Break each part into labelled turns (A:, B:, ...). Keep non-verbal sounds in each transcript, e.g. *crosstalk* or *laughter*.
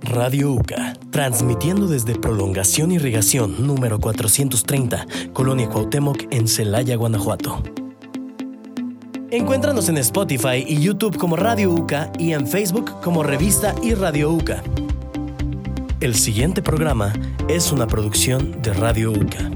A: Radio UCA, transmitiendo desde Prolongación Irrigación número 430, Colonia Cuauhtémoc en Celaya, Guanajuato. Encuéntranos en Spotify y YouTube como Radio UCA y en Facebook como Revista y Radio UCA. El siguiente programa es una producción de Radio UCA.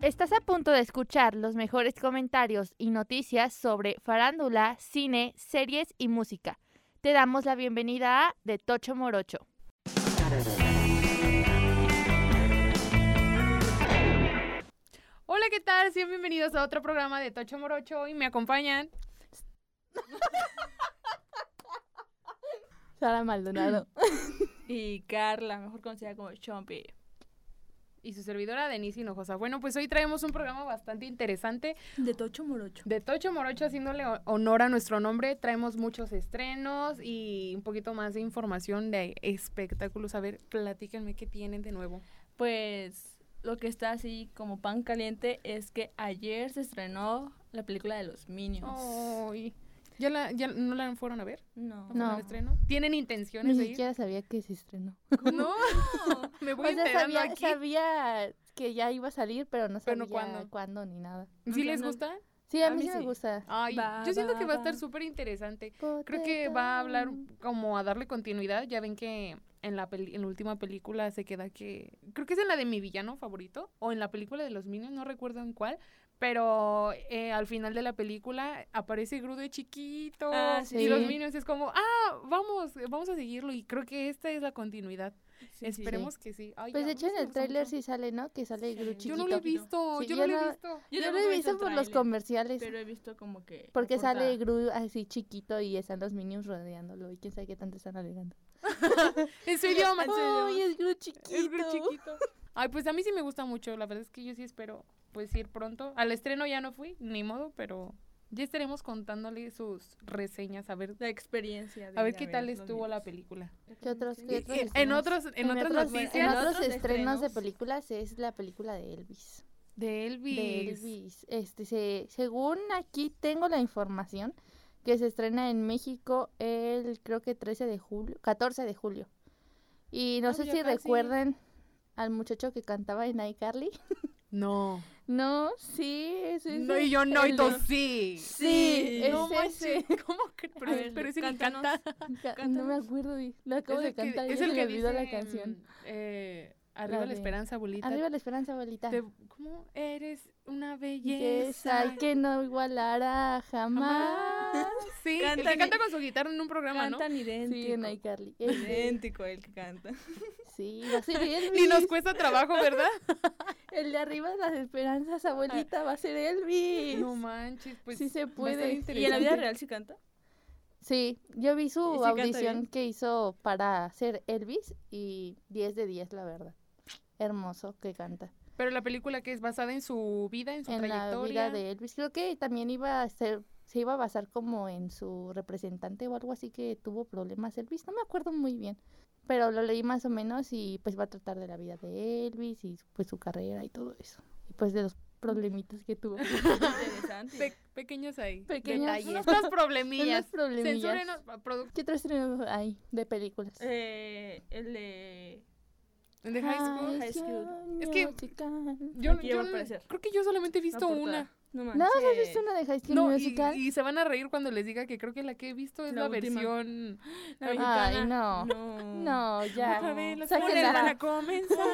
B: Estás a punto de escuchar los mejores comentarios y noticias sobre farándula, cine, series y música. Te damos la bienvenida a De Tocho Morocho.
C: Hola, ¿qué tal? Sean bienvenidos a otro programa de Tocho Morocho y me acompañan.
B: Sara Maldonado.
D: Y Carla, mejor conocida como Chompy.
C: Y su servidora Denise Hinojosa. Bueno, pues hoy traemos un programa bastante interesante
D: De Tocho Morocho.
C: de Tocho Morocho haciéndole ho- honor a nuestro nombre. Traemos muchos estrenos y un poquito más de información de espectáculos. A ver, platíquenme qué tienen de nuevo.
D: Pues lo que está así como pan caliente es que ayer se estrenó la película de los Minions.
C: Ay, ¿Ya, la, ¿Ya no la fueron a ver? Oh. ¿No
D: No.
C: fueron
B: No.
C: al estreno? ¿Tienen intenciones de ir?
B: sabía que se estrenó.
C: No, *laughs* me
B: *laughs*
C: voy
B: o sea,
C: enterando
B: sabía,
C: aquí.
B: sabía que ya iba a salir, pero no
C: Pero no
B: sabía
C: cuándo.
B: cuándo. ni nada.
C: ¿Sí
D: Ok,
C: les
D: no.
C: gusta?
B: Sí, a,
D: A
B: mí,
D: mí
B: sí me
D: sí.
B: gusta.
C: Ay,
D: Va,
C: yo siento
D: va,
C: que va a estar
D: va.
C: súper interesante. Ah, Creo que va a hablar como a darle continuidad. Ya ven que en la, peli- en la última película se queda que... Creo que es en la de mi villano favorito o en la película de los Minions, no recuerdo en cuál. Pero eh, al final de la película aparece Gru de chiquito
D: Ah,
C: y los
B: sí.
C: Minions es como, ah, vamos, vamos a seguirlo. Y creo que esta es la continuidad.
D: Sí,
C: Esperemos que sí. Ay,
B: Pues
C: ya,
B: de hecho
C: no
B: en
C: sé,
B: el
C: son-
B: tráiler
C: son-
B: sí sale, ¿no? Que sale
D: Sí.
B: Gru
C: Yo
B: chiquito.
C: no lo he visto,
B: Sí,
C: yo
B: yo
C: no lo he
B: no-
C: visto.
D: sí. Yo
B: Yo lo
D: tampoco
B: he visto
D: el
B: por los
D: tráiler,
B: comerciales.
D: Pero he visto como que.
B: Porque
D: la
B: sale
D: portada.
B: Gru así chiquito y están los minions rodeándolo y quién sabe qué tanto están alegando.
C: En su idioma.
B: Ay, es Gru chiquito.
C: Es Gru chiquito. Ay, pues a mí sí me gusta mucho. La verdad es que yo sí espero pues ir pronto. Al estreno ya no fui, ni modo, pero ya estaremos contándole sus reseñas a ver
D: La experiencia. de
C: a ver
D: ir
C: qué tal
D: los
C: estuvo la
D: Minions.
C: película.
B: ¿Qué otros, qué
D: Sí,
B: otros
C: Eh, en
B: estrenos?
C: otros en, otras
B: otros-
D: noticias.
B: en
D: En
B: otros
D: otros
B: estrenos de
D: estrenos.
B: películas es la película de Elvis.
C: de Elvis.
B: De Elvis. Este, se, según aquí tengo la información que se estrena en México el creo que 13 de julio, 14 de julio. Y no
C: Ah,
B: sé
C: pues
B: si
C: ya casi.
B: recuerden al muchacho que cantaba en iCarly. *laughs*
C: No.
B: No, sí, es ese.
C: No y yo no y
B: el
C: tú
B: de-
C: sí.
B: Sí,
D: Sí,
B: es
C: no
B: ese.
C: manches, *laughs* ¿cómo que? Pero,
D: A
C: es-
D: ver,
C: pero ese ni
D: cántanos.
C: canta.
B: Ca- No me acuerdo, y lo acabo
C: Es
B: de
C: el que-
B: cantar, y
C: es
B: se
C: el
B: me
C: que
B: olvidó la
C: dice,
B: canción.
C: mm, eh, arriba la,
B: de-
C: esperanza, abuelita.
B: Arriba la esperanza, abuelita.
C: Te- ¿Cómo eres una belleza?
B: Belleza que no igualará jamás.
C: Sí, el
D: Cantan
C: que
D: y-
C: canta con su guitarra en un programa, ¿no?
D: Cantan
B: Sí, en
D: idéntico.
B: iCarly.
D: *laughs*
B: Este,
D: Idéntico el que canta.
B: Sí, va a ser Elvis.
C: Ni nos cuesta trabajo, ¿verdad?
B: El de arriba de las esperanzas, abuelita, va a ser Elvis.
C: No manches, pues.
B: sí se
C: va a estar
B: puede.
D: ¿Y en la vida
C: interesante.
D: real sí canta?
B: Sí, yo vi su
D: ¿Y si canta
B: audición
D: bien?
B: que hizo para ser Elvis y 10 de 10, la verdad. Hermoso que canta.
C: Pero la película que es basada en su vida, en su
B: En la
C: trayectoria.
B: vida de Elvis, creo que también iba a ser, se iba a basar como en su representante o algo así que tuvo problemas Elvis, no me acuerdo muy bien. Pero lo leí más o menos y pues va a tratar de la vida de Elvis y pues su carrera y todo eso. Y pues de los problemitas que
C: *laughs*
B: tuvo. *laughs*
D: Interesante.
C: Pe- pequeños ahí.
B: Pequeños.
C: Detalles. Unos problemillas.
B: Unos problemillas.
C: Censúrenos, pa- produ-
B: ¿Qué otro estreno hay de películas?
D: Eh, el de.
C: de High School.
D: High School.
C: Es que-
B: Musical.
C: Yo,
D: Aquí
C: yo
D: va a aparecer.
C: creo que yo solamente he visto
D: la portada.
C: una.
D: No
B: ¿No
D: manches.
B: has visto una de High School
C: No, y,
B: Musical?
C: y se van a reír cuando les diga que creo que la que he visto es la,
D: La última.
C: versión.
D: La
B: Ay,
D: mexicana.
B: no.
D: No.
B: No, ya.
C: Otra vez los
B: Sáquenla.
C: lunes van a *laughs* comenzar.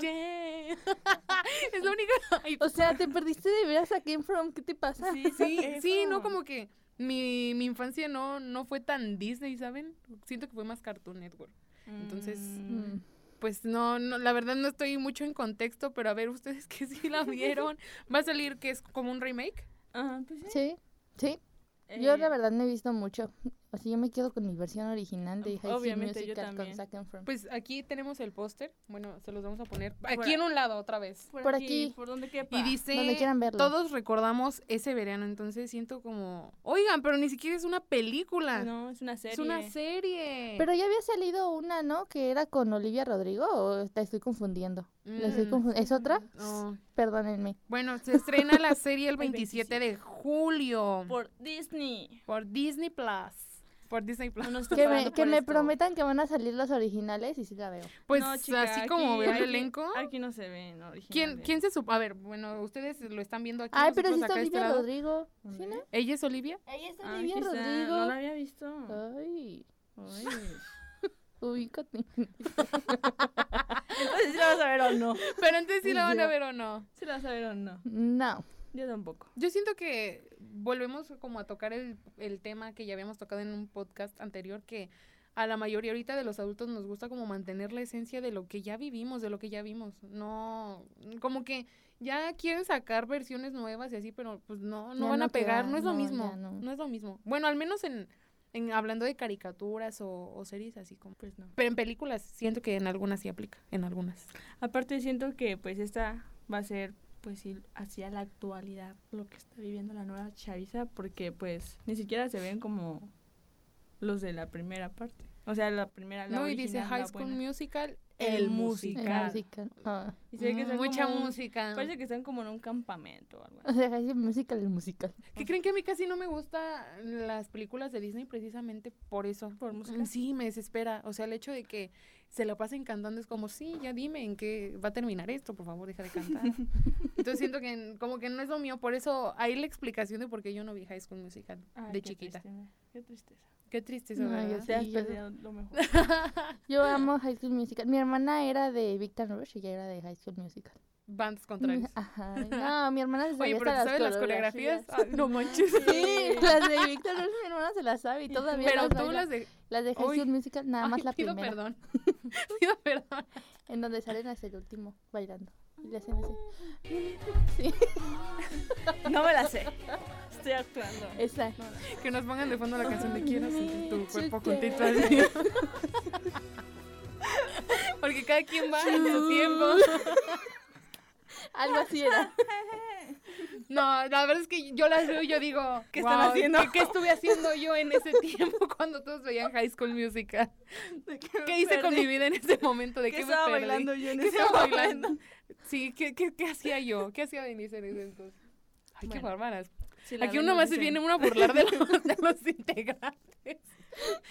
C: yeah. es la única. Ay,
B: O sea, te perdiste de veras a Game From. ¿Qué te pasa?
C: *laughs*
D: Sí,
C: Sí, sí, no
D: eso.
C: como que mi, mi infancia no, no fue tan Disney, ¿saben? Siento que fue más Cartoon Network. Entonces,
B: Mm.
C: Pues no, no, la verdad no estoy mucho en contexto, pero a ver ustedes *laughs* que sí la vieron. Va a salir que es como un remake.
D: Ajá, pues sí.
B: Sí, sí. Yo la
D: Eh,
B: verdad no he visto mucho. O sea, yo me quedo con mi versión original de High School
D: Obviamente, yo
B: Musical con
D: también.
B: Zac Efron.
C: Pues aquí tenemos el póster. Bueno, se los vamos a poner
D: Por
C: aquí
D: a-
C: en un lado otra vez.
D: Por,
B: por
D: aquí,
B: aquí.
D: Por donde quepa.
C: Y dice,
B: Donde quieran verlo.
C: todos recordamos ese verano, entonces siento como, oigan, pero ni siquiera es una película.
D: No, es una serie.
C: es una serie.
B: Pero ya había salido una, ¿no? Que era con Olivia Rodrigo. ¿O te estoy confundiendo? ¿La estoy
C: Mm,
B: confu- ¿Es otra?
C: no.
B: Perdónenme.
C: Bueno, se estrena la serie el
D: El 27.
C: 27 de julio por,
D: Por Disney.
C: Disney Plus. por Disney Plus.
D: No nos están
B: Que me,
D: pagando
B: que
D: por
B: me
D: esto.
B: prometan que van a salir los originales y sí la veo.
C: Pues
D: No, chica,
C: así como
D: aquí-
C: veo el
D: aquí-
C: elenco.
D: Aquí no se ven originales.
C: ¿Quién, ¿Quién se supo? A ver, bueno, ustedes lo están viendo aquí.
B: Ay, pero sí está
C: nosotros acá de este
B: Olivia
C: lado.
B: Rodrigo. ¿Sí, no?
C: ¿Ella es Olivia?
B: Ahí está
D: Ah,
B: Olivia
D: aquí está.
B: Rodrigo.
D: No la había
C: Ah.
D: visto.
B: Ay,
D: Ay. *laughs*
B: ubícate.
D: Entonces, ¿sí la vas a ver o no?
C: *laughs* Pero antes sí la van a ver o no.
D: ¿Sí la vas a ver o no?
B: No.
D: Yo tampoco.
C: Yo siento que volvemos como a tocar el, el tema que ya habíamos tocado en un podcast anterior, que a la mayoría ahorita de los adultos nos gusta como mantener la esencia de lo que ya vivimos, de lo que ya vimos. No, como que ya quieren sacar versiones nuevas y así, pero pues no, no
B: Ya
C: van
B: no
C: a pegar,
B: queda,
C: no es lo
B: no,
C: mismo.
B: ya no.
C: No. es lo mismo. Bueno, al menos en, en hablando de caricaturas o, o series así como.
D: Pues no.
C: Pero en películas siento que en algunas sí aplica, en algunas.
D: Aparte siento que pues esta va a ser pues sí, hacia la actualidad lo que está viviendo la nueva chaviza porque pues ni siquiera se ven como los de la primera parte. O sea, la primera la
C: no, y dice
D: original,
C: High
D: la
C: School
D: buena.
C: Musical,
D: El
C: el
B: El
C: musical.
D: musical.
B: musical. Ah. *laughs*
D: Y se ve que están
C: Mucha
D: como un-
C: música.
D: Parece que están como en un campamento o algo
B: O
D: así.
B: sea, es el musical, el musical.
C: ¿Qué creen que a mí casi no me gustan las películas de Disney precisamente por eso?
D: Por música.
C: Sí, me desespera. O sea, el hecho de que se la pasen cantando es como, sí, ya dime en qué va a terminar esto, por favor, deja de cantar.
B: *laughs*
C: Entonces siento que n- como que no es lo mío, por eso ahí la explicación de por qué yo no vi High School Musical *laughs*
D: Ay,
C: de
D: qué
C: chiquita.
D: tristeza, qué tristeza.
C: Qué triste eso,
B: No, yo
C: ¿verdad?
B: Sí,
D: Te has
B: yo-
D: perdido lo mejor. *laughs*
B: Yo amo High School Musical. Mi hermana era de Victor Rush y ella era de High School Musical.
C: *laughs* Bandas
B: *laughs*
C: contrarias.
B: Ajá. No, mi hermana se sabía
C: Oye, pero ¿te
B: hasta
C: sabes las coreografías? Ah, no manches.
B: Sí, las de Victor Rush mi hermana se las sabe y todavía
C: Pero
B: las
C: tú
B: baila.
C: las de...
B: Las de High
C: Uy.
B: School Musical, nada más
C: Ay,
B: la
C: pido
B: primera. *laughs*
C: perdón. *laughs* pido perdón.
B: En donde salen hasta el último bailando. Y le hacen así. Sí,
D: No me la sé. Estoy actuando.
B: esa.
C: Que nos pongan de fondo la canción de Quiero sentir tu cuerpo
B: Chiquero.
C: juntito al mío. Porque cada quien va en su tiempo.
B: Algo así era.
C: No, la verdad es que yo las veo y yo digo,
D: ¿Qué están
C: "Guau,
D: haciendo?"
C: ¿qué, qué estuve haciendo yo en ese tiempo *laughs* cuando todos veían High School Musical? *laughs*
D: *laughs*
C: ¿Qué hice con mi vida en ese momento? ¿De
D: ¿Qué,
C: qué, me
D: estaba
C: perdí?
D: bailando yo en
C: ¿Qué
D: ese
C: estaba
D: momento?
C: bailando? Sí, ¿qué, qué, qué hacía yo? ¿Qué hacía Denise en ese entonces? Ay, qué
D: Bueno.
C: bárbaras.
D: Sí, la
C: Aquí
D: ven,
C: uno
D: nos
C: más se
D: dicen.
C: viene uno a burlar de los, de los integrantes.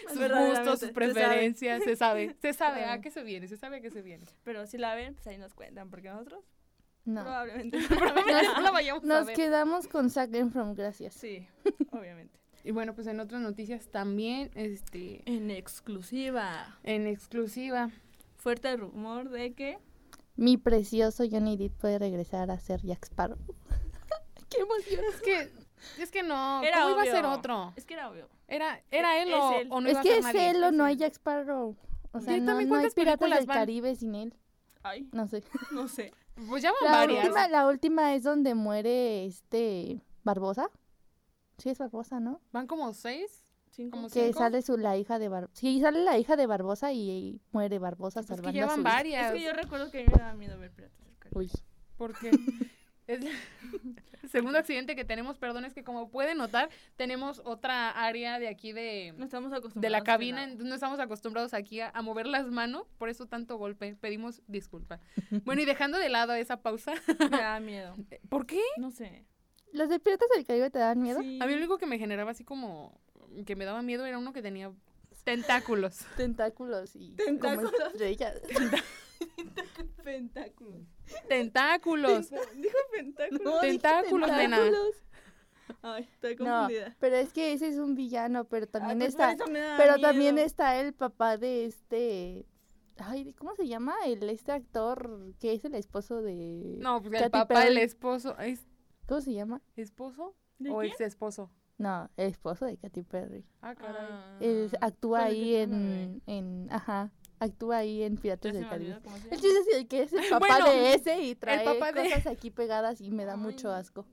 C: Sus
D: Verdaderamente,
C: gustos,
D: se
C: sus
D: sabe.
C: preferencias, se sabe. Se sabe
D: sabe.
C: a qué se viene, se sabe a qué se viene.
D: Pero si la ven, pues ahí nos cuentan, porque nosotros
B: No.
D: probablemente.
C: Probablemente no la vayamos a
B: Nos
C: ver.
B: quedamos con Zac Efron, gracias.
D: sí, obviamente.
C: Y bueno, pues en otras noticias también, este,
D: En exclusiva.
C: en exclusiva.
D: Fuerte el rumor de que.
B: Mi precioso Johnny Depp puede regresar a ser Jack Sparrow. ¡Qué emoción!
C: Es que, es que no,
D: Era
C: ¿cómo iba
D: obvio.
C: a ser otro?
D: Es que era obvio.
C: Era, era él,
D: Es
C: o,
D: él.
C: o no
B: es
C: iba a
B: que
C: ser
B: es
C: nadie.
B: él o
C: Es
B: no
C: él.
B: hay Jack Sparrow. O sea,
C: ¿Y
B: no,
C: también
B: no hay
C: cuántas
B: Piratas
C: películas
B: del
C: van?
B: Caribe sin él. *laughs*
D: Ay,
B: No sé.
D: no sé.
C: Pues ya van
B: La
C: varias.
B: última, la última es donde muere este Barbosa. Sí, es Barbosa, ¿no?
C: Van como seis.
D: Cinco.
C: Como
B: Que
C: cinco.
B: sale su, la hija de Barbosa. Sí, sale la hija de Barbosa y, y muere Barbosa
C: Es
B: salvando
C: Ah, pues que
B: a su
C: llevan
B: hija.
C: varias.
D: Es que yo recuerdo que a mí me daba miedo ver piratas del Caribe.
B: Uy.
D: *laughs*
C: Porque es la- *laughs* el segundo accidente que tenemos, perdón, es que como pueden notar, tenemos otra área de aquí
D: No
C: de,
D: estamos acostumbrados.
C: de la
D: a
C: cabina,
D: nada.
C: entonces no estamos acostumbrados aquí a, a mover las manos, por eso tanto golpe, pedimos disculpa. Bueno, y dejando de lado esa pausa, *laughs*
D: Me daba miedo.
C: ¿por qué?
D: No sé.
B: ¿Los de Piratas del Caribe te dan miedo?
D: Sí.
C: A mí lo único que me generaba así como que me daba miedo era uno que tenía tentáculos. *laughs*
B: Tentáculos y
D: Tentáculos.
B: como estrellas.
D: Pentáculos.
C: Tentáculos.
D: Dijo pentáculos.
B: *laughs* No, dije
C: Tentáculos, nena.
B: tentáculos.
D: Ay, estoy
B: No,
D: confundida.
B: pero es que ese es un villano,
C: Ah,
B: pero
D: Ay,
B: también
D: pues por
B: está...
D: eso me daba
B: Pero también
D: miedo.
B: está el papá de este... Ay, ¿de- ¿cómo se llama? El, este actor que es el esposo de...
C: No, pues
B: Katy
C: el papá, el
B: Perry.
C: esposo, ¿es
B: ¿Cómo se llama?
C: esposo
D: ¿De
C: o
D: quién?
C: ex esposo?
B: No, el esposo de Katy Perry.
C: Ah, caray.
D: Ah.
B: Él actúa
D: Con el que
B: ahí
D: tú me
B: en, en... Ajá, actúa ahí en
D: Ya
B: Piratas
D: se
B: del
D: me olvidó
B: Caribe.
D: cómo se
B: El
D: llama.
B: chiste es el que es el papá
C: Bueno,
B: de ese y trae
C: papá de-
B: cosas aquí pegadas y me da mucho
D: Ay.
B: asco.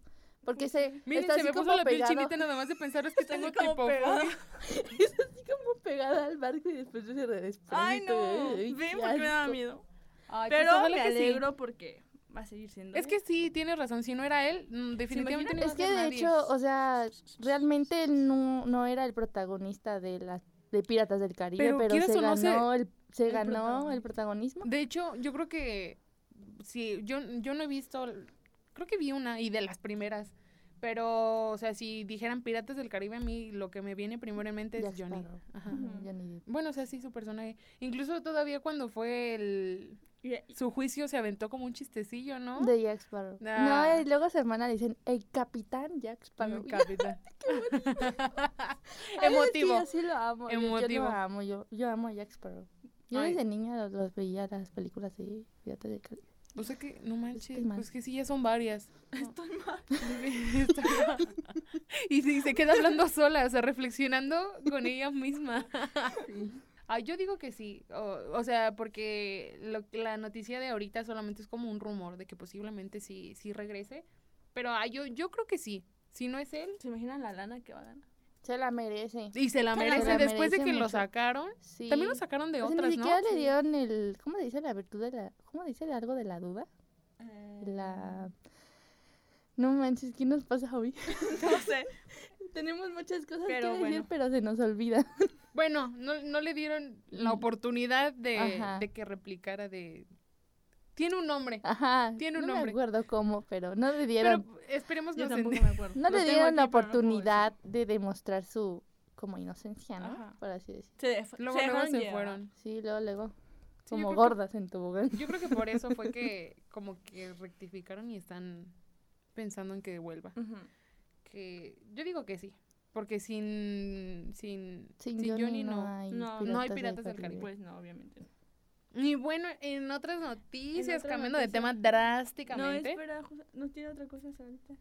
B: Porque se
C: Miren,
B: está
C: se
B: así
C: me puso
B: como
C: la piel
B: pegado-
C: chinita nada más de pensar es que
D: Está así
C: tengo
D: como
C: tipo
D: pegada.
B: Es así como *laughs* pegada al barco y después se desprende.
D: Ay, no.
B: ¿eh? Ay,
D: Ven
B: qué
D: porque me daba
B: asco.
D: miedo.
C: Ay, pues,
D: Pero
C: ojalá
D: me
C: que sí.
D: alegro porque va a seguir siendo.
C: Es que sí, tienes razón. Si no era él, mm, definitivamente no iba
B: Es
C: a
B: que
C: ser
B: de
C: nadie.
B: hecho, o sea, realmente él no, no era el protagonista de las de Piratas del Caribe, pero,
C: Pero quieras
B: se
C: o no, se-
B: ganó el, se
D: el
B: ganó el protagonismo.
C: De hecho, yo creo que sí, yo, yo no he visto, creo que vi una y de las primeras, Pero, o sea, si dijeran Piratas del Caribe, a mí lo que me viene primero en mente
B: Jack
C: es Johnny.
B: Sparrow.
C: Ajá.
D: Ujú.
B: Johnny Depp.
C: Bueno, o sea, sí, su personaje. Incluso todavía cuando fue el...
D: Y-
C: Su juicio se aventó como un chistecillo, ¿no?
B: De Jack Sparrow.
C: Nah. Mm.
B: No, y luego su hermana le dicen, el capitán Jack
C: Para
B: Sparrow.
C: capitán. *laughs*
B: Ay, es que
C: Emotivo.
B: yo sí lo amo. yo- Yo,
C: Emotivo.
B: lo amo, yo, yo amo a Jack Sparrow. Yo
C: Ay.
B: desde niña los, los veía las películas de Piratas del Caribe.
C: O sea que, no manches,
B: Estoy mal.
C: pues que sí, ya
B: *laughs*
C: son varias.
D: Estoy
C: *laughs*
D: mal.
C: Está- y sí, se queda hablando sola, o sea, reflexionando con
B: *laughs*
C: ella misma. Ah, yo digo que sí, o, o sea, porque lo- la noticia de ahorita solamente es como un rumor de que posiblemente sí, sí regrese, pero ah, yo, yo creo que sí, si no es él.
D: ¿Se imaginan la lana que va a ganar?
B: Se la merece.
C: Y se la
B: Se la
C: merece
B: merece
C: después de que lo
B: mucho.
C: sacaron.
B: Sí.
C: También lo sacaron de
B: O sea,
C: otras,
B: ni siquiera
C: ¿no?
B: le
C: Sí.
B: dieron el, ¿cómo le dice la virtud de la, cómo le dice el algo de la duda?
D: Eh,
B: La,
C: Eh.
B: no manches, ¿qué nos pasa hoy?
D: *laughs*
B: *laughs*
D: No sé.
B: Tenemos muchas cosas
D: Pero
B: que
D: bueno.
B: decir, pero se nos olvida. *laughs*
C: Bueno, no, no le dieron la
B: Mm.
C: oportunidad de,
B: Ajá. Ah,
C: de que replicara de... Tiene un nombre,
B: Ajá.
C: Tiene un
B: no
C: nombre.
B: me acuerdo cómo, pero no le dieron,
C: pero esperemos
D: Yo
C: no se
D: tampoco
B: *laughs*
D: me acuerdo.
B: no
D: Lo
B: le
D: tengo
B: dieron la
D: aquí, pero no puedo
B: oportunidad de demostrar su como inocencia, ¿no?
D: Ajá.
B: Por así decir.
D: decir. Se, def-
C: Luego,
D: se
C: luego
D: dejaron
C: se
D: llevar.
C: fueron.
B: Sí, luego luego
C: Sí, yo
B: como
C: creo que-
B: gordas en tobogán.
C: *laughs* Yo creo que por eso fue
B: *laughs*
C: que como que rectificaron y están pensando en que vuelva.
D: Ujú.
C: Que yo digo que sí, porque sin sin
B: Sin, Johnny, no, hay
D: No,
C: no hay Piratas del Caribe.
D: Pues no, obviamente no.
C: Y bueno, en otras noticias,
D: En otra
C: cambiando
D: noticia.
C: de tema
D: No,
C: drásticamente.
D: espera, José, no tiene otra cosa ahorita.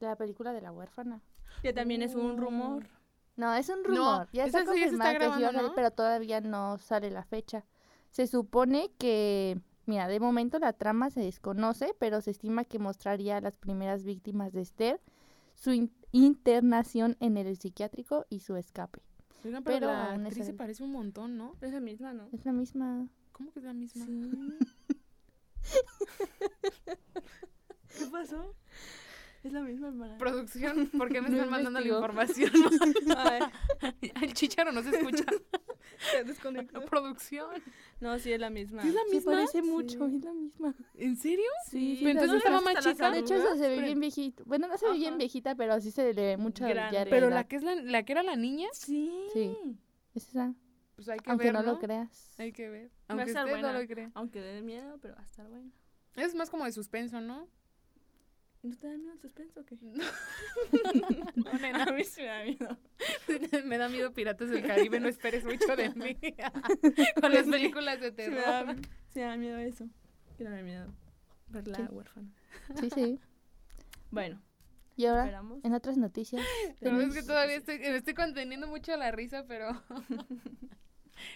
B: La película de la huérfana.
D: Que también es un rumor.
B: No, es un
C: No,
B: rumor. ya
C: esa
B: está
C: sí ya se está
B: confirmada que sí va a
C: grabando,
B: salir,
C: ¿no?
B: pero todavía no sale la fecha. Se supone que, mira, de momento la trama se desconoce, pero se estima que mostraría a las primeras víctimas de Esther, su in- internación en el psiquiátrico y su escape.
C: Oigan, pero,
B: pero
C: la
B: aún es
C: actriz se
B: el-
C: parece un montón, ¿no?
D: Es la misma, ¿no?
B: Es la misma.
C: ¿Cómo que es la misma?
D: ¿Qué pasó? Es la misma hermana.
C: Producción, ¿por qué me
B: No
C: están mandando la
B: investigó.
C: información? *laughs*
D: Ay,
C: El chicharo no se escucha.
D: se desconectó.
C: Producción.
D: No, sí es la misma.
C: ¿Sí es la
B: Se
C: misma?
B: parece mucho,
D: Sí.
B: es la misma.
C: ¿En serio?
B: Sí,
C: Pero entonces
B: es la
C: estaba
B: misma.
C: más
D: hasta
C: chica.
D: las
B: De hecho, esa se ve
C: Esperen.
B: bien viejita. Bueno, no se ve bien
D: Ajá.
B: viejita, pero sí se le ve mucho ya
D: Grande.
C: Pero
B: edad.
C: la que es la, la que era la niña,
D: Sí.
B: Sí. Es esa,
C: pues hay que
B: aunque
C: ver,
B: no,
C: ¿no?
B: lo creas.
C: Hay que ver.
D: Va a
C: Aunque
D: estar
C: usted no
D: buena.
C: lo crea.
D: Aunque dé miedo, pero va a estar buena.
C: Es más como de suspenso, ¿no?
D: ¿No te da miedo el suspenso *laughs* o qué?
C: No, *laughs* nena.
D: mí sí me da miedo.
C: Me da miedo Piratas del Caribe, no esperes mucho de mí. Con las películas de
D: Sí me, da,
C: terror.
D: sí me da miedo eso. Que no me da miedo ver la
B: Sí.
D: huérfana.
B: Sí, sí.
D: Bueno,
B: Y ahora,
D: esperamos.
B: en otras noticias.
C: Pero es
B: tenemos-
C: que todavía estoy, me estoy conteniendo mucho la risa, pero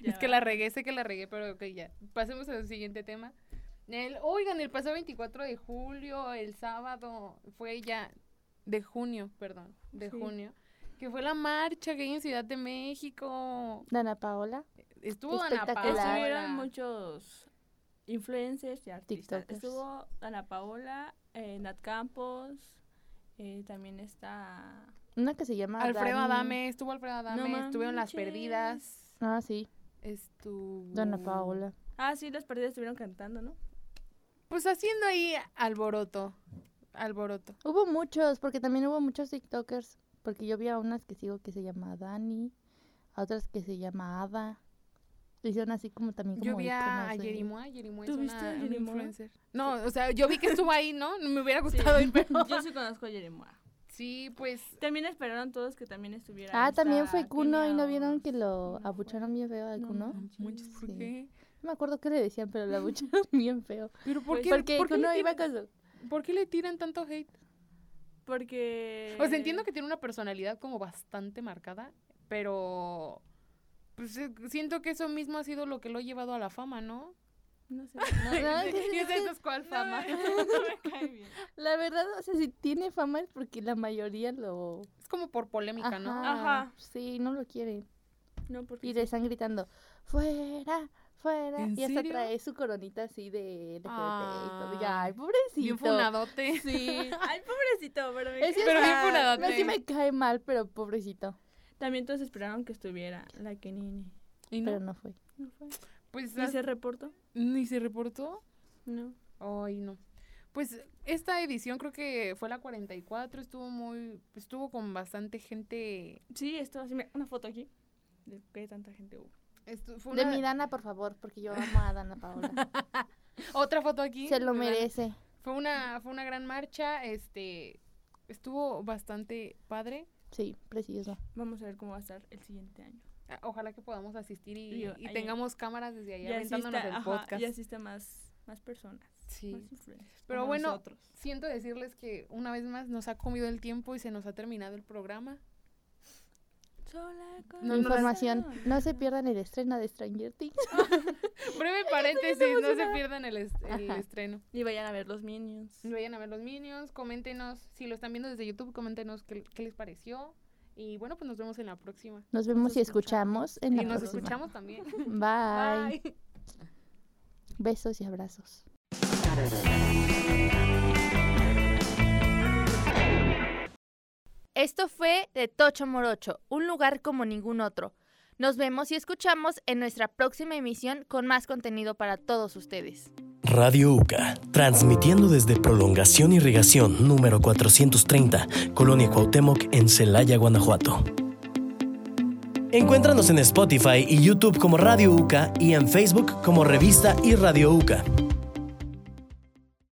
D: Ya
C: es que
D: va.
C: la regué, sé que la regué, pero ok, ya. Pasemos al siguiente tema. El, oigan, el pasado 24 de julio, el sábado, fue ya de junio, perdón, de
D: Sí.
C: junio, que fue la marcha que hay en Ciudad de México.
B: Dana Paola.
C: Estuvo Ana
B: Espectacular.
C: Paola.
D: Estuvieron muchos influencers y artistas.
B: TikTokers.
D: Estuvo Ana Paola, eh, Nat Campos, eh, también está...
B: Una que se llama
C: Alfredo
B: Dani-
C: Adame, estuvo Alfredo Adame,
D: No
C: estuvieron las
D: manches.
C: perdidas,
B: Ah, sí,
C: estuvo...
B: Dana Paola.
D: Ah, sí, los perdidos estuvieron cantando, *laughs* ¿no?
C: Pues haciendo ahí alboroto, alboroto.
B: Hubo muchos, porque también hubo muchos TikTokers. Porque yo vi a unas que sigo que se llama Dani, a otras que se llama Ada. Hicieron así como también como
C: Yo vi a,
B: iconos de-
C: Jerimoa, Jerimoa es
D: ¿Tú viste
C: una,
D: a
C: una
D: Jerimoa?
C: influencer. No, o sea, yo vi que estuvo ahí, ¿no? Me hubiera gustado ir, pero...
B: *laughs*
D: Yo sí conozco a Yeremoa.
C: Sí, pues...
D: También esperaron todos que también estuviera.
B: Ah, también fue
D: esta
B: Kuno y no
D: Kenia
B: vieron
D: Os-
B: que lo
D: No fue.
B: abucharon bien feo al
D: No
B: Kuno. No
D: manches.
C: Muchos, ¿por
B: Sí.
C: qué?
B: me acuerdo qué le decían, pero lo abucharon *laughs* bien feo.
C: ¿Pero por qué,
B: Pues Porque
C: por, qué
B: Kuno
C: le
B: iba
C: tiran,
B: con *laughs* su...
C: por qué le tiran tanto hate?
D: Porque...
C: O sea, entiendo
B: Eh.
C: que tiene una personalidad como bastante marcada, pero... Pues eh, siento que eso mismo ha sido lo que lo ha llevado a la fama, ¿no?
D: No sé.
B: No,
C: *laughs*
B: no, Ah, sí, sí,
C: y
B: sí.
C: esa es cuál fama.
B: La verdad, o sea, si tiene fama es porque la mayoría lo...
C: *laughs* Es como por polémica, ¿no?
B: Ajá,
D: Ajá.
B: Sí, no lo quieren.
D: No, porque...
B: Y le están gritando, fuera, fuera.
C: ¿En
B: Y hasta
C: serio?
B: trae su coronita así de LGBT y todo. Y,
C: Ah,
B: ay,
C: Bien
B: pobrecito.
C: funadote.
B: *laughs*
D: Sí. Ay, pobrecito, pero me
B: Es que
D: cae
C: Pero bien
D: mal.
C: funadota.
B: No, sí me cae mal, pero pobrecito.
D: También todos esperaron que estuviera la Kenini.
C: Y
B: Pero
C: no,
B: no fue.
D: No fue.
C: pues
D: ¿Y se reportó?
C: ni se reportó.
D: No.
C: Ay, no. Pues esta edición creo que fue la 44, estuvo muy, estuvo con bastante gente.
D: Sí, esto, así me- una foto aquí. De qué tanta gente hubo.
C: estu- fue
B: De
C: una-
B: mi Dana, por favor, porque yo amo a Dana
C: *laughs*
B: Paola.
C: Otra foto aquí.
B: Se lo
C: ¿verdad?
B: merece.
C: Fue una, fue una gran marcha, este, estuvo bastante padre.
B: Sí, precioso.
D: Vamos a ver cómo va a estar el siguiente año.
C: Ah, Ojalá que podamos asistir y,
D: Digo,
C: y
D: ahí-
C: tengamos cámaras desde ahí
D: Y así
C: aventándonos
D: está-
C: el
D: ajá,
C: podcast.
D: y así pues está más, más personas.
C: Sí.
D: Más influencers.
C: Pero
D: como
C: bueno,
D: nosotros.
C: Siento decirles que una vez más nos ha comido el tiempo y se nos ha terminado el programa.
D: Sola con
C: No,
B: Mi
C: no, no.
B: Información. No se pierdan el estreno de Stranger
C: *laughs*
B: Things.
C: Breve paréntesis, no se pierdan el, est- el
B: Ajá.
C: estreno.
D: Y vayan a ver los Minions.
C: Vayan a ver los Minions, coméntenos, si lo están viendo desde YouTube, coméntenos qué, qué les pareció. Y bueno, pues nos vemos en la próxima.
B: Nos vemos y escuchamos en
C: Y
B: la
C: nos
B: próxima.
C: escuchamos también.
B: Bye.
C: Bye.
B: Besos y abrazos.
E: Esto fue De Tocho Morocho, un lugar como ningún otro. Nos vemos y escuchamos en nuestra próxima emisión con más contenido para todos ustedes.
A: Radio UCA, transmitiendo desde Prolongación Irrigación número 430, Colonia Cuauhtémoc en Celaya, Guanajuato. Encuéntranos en Spotify y YouTube como Radio UCA y en Facebook como Revista y Radio UCA.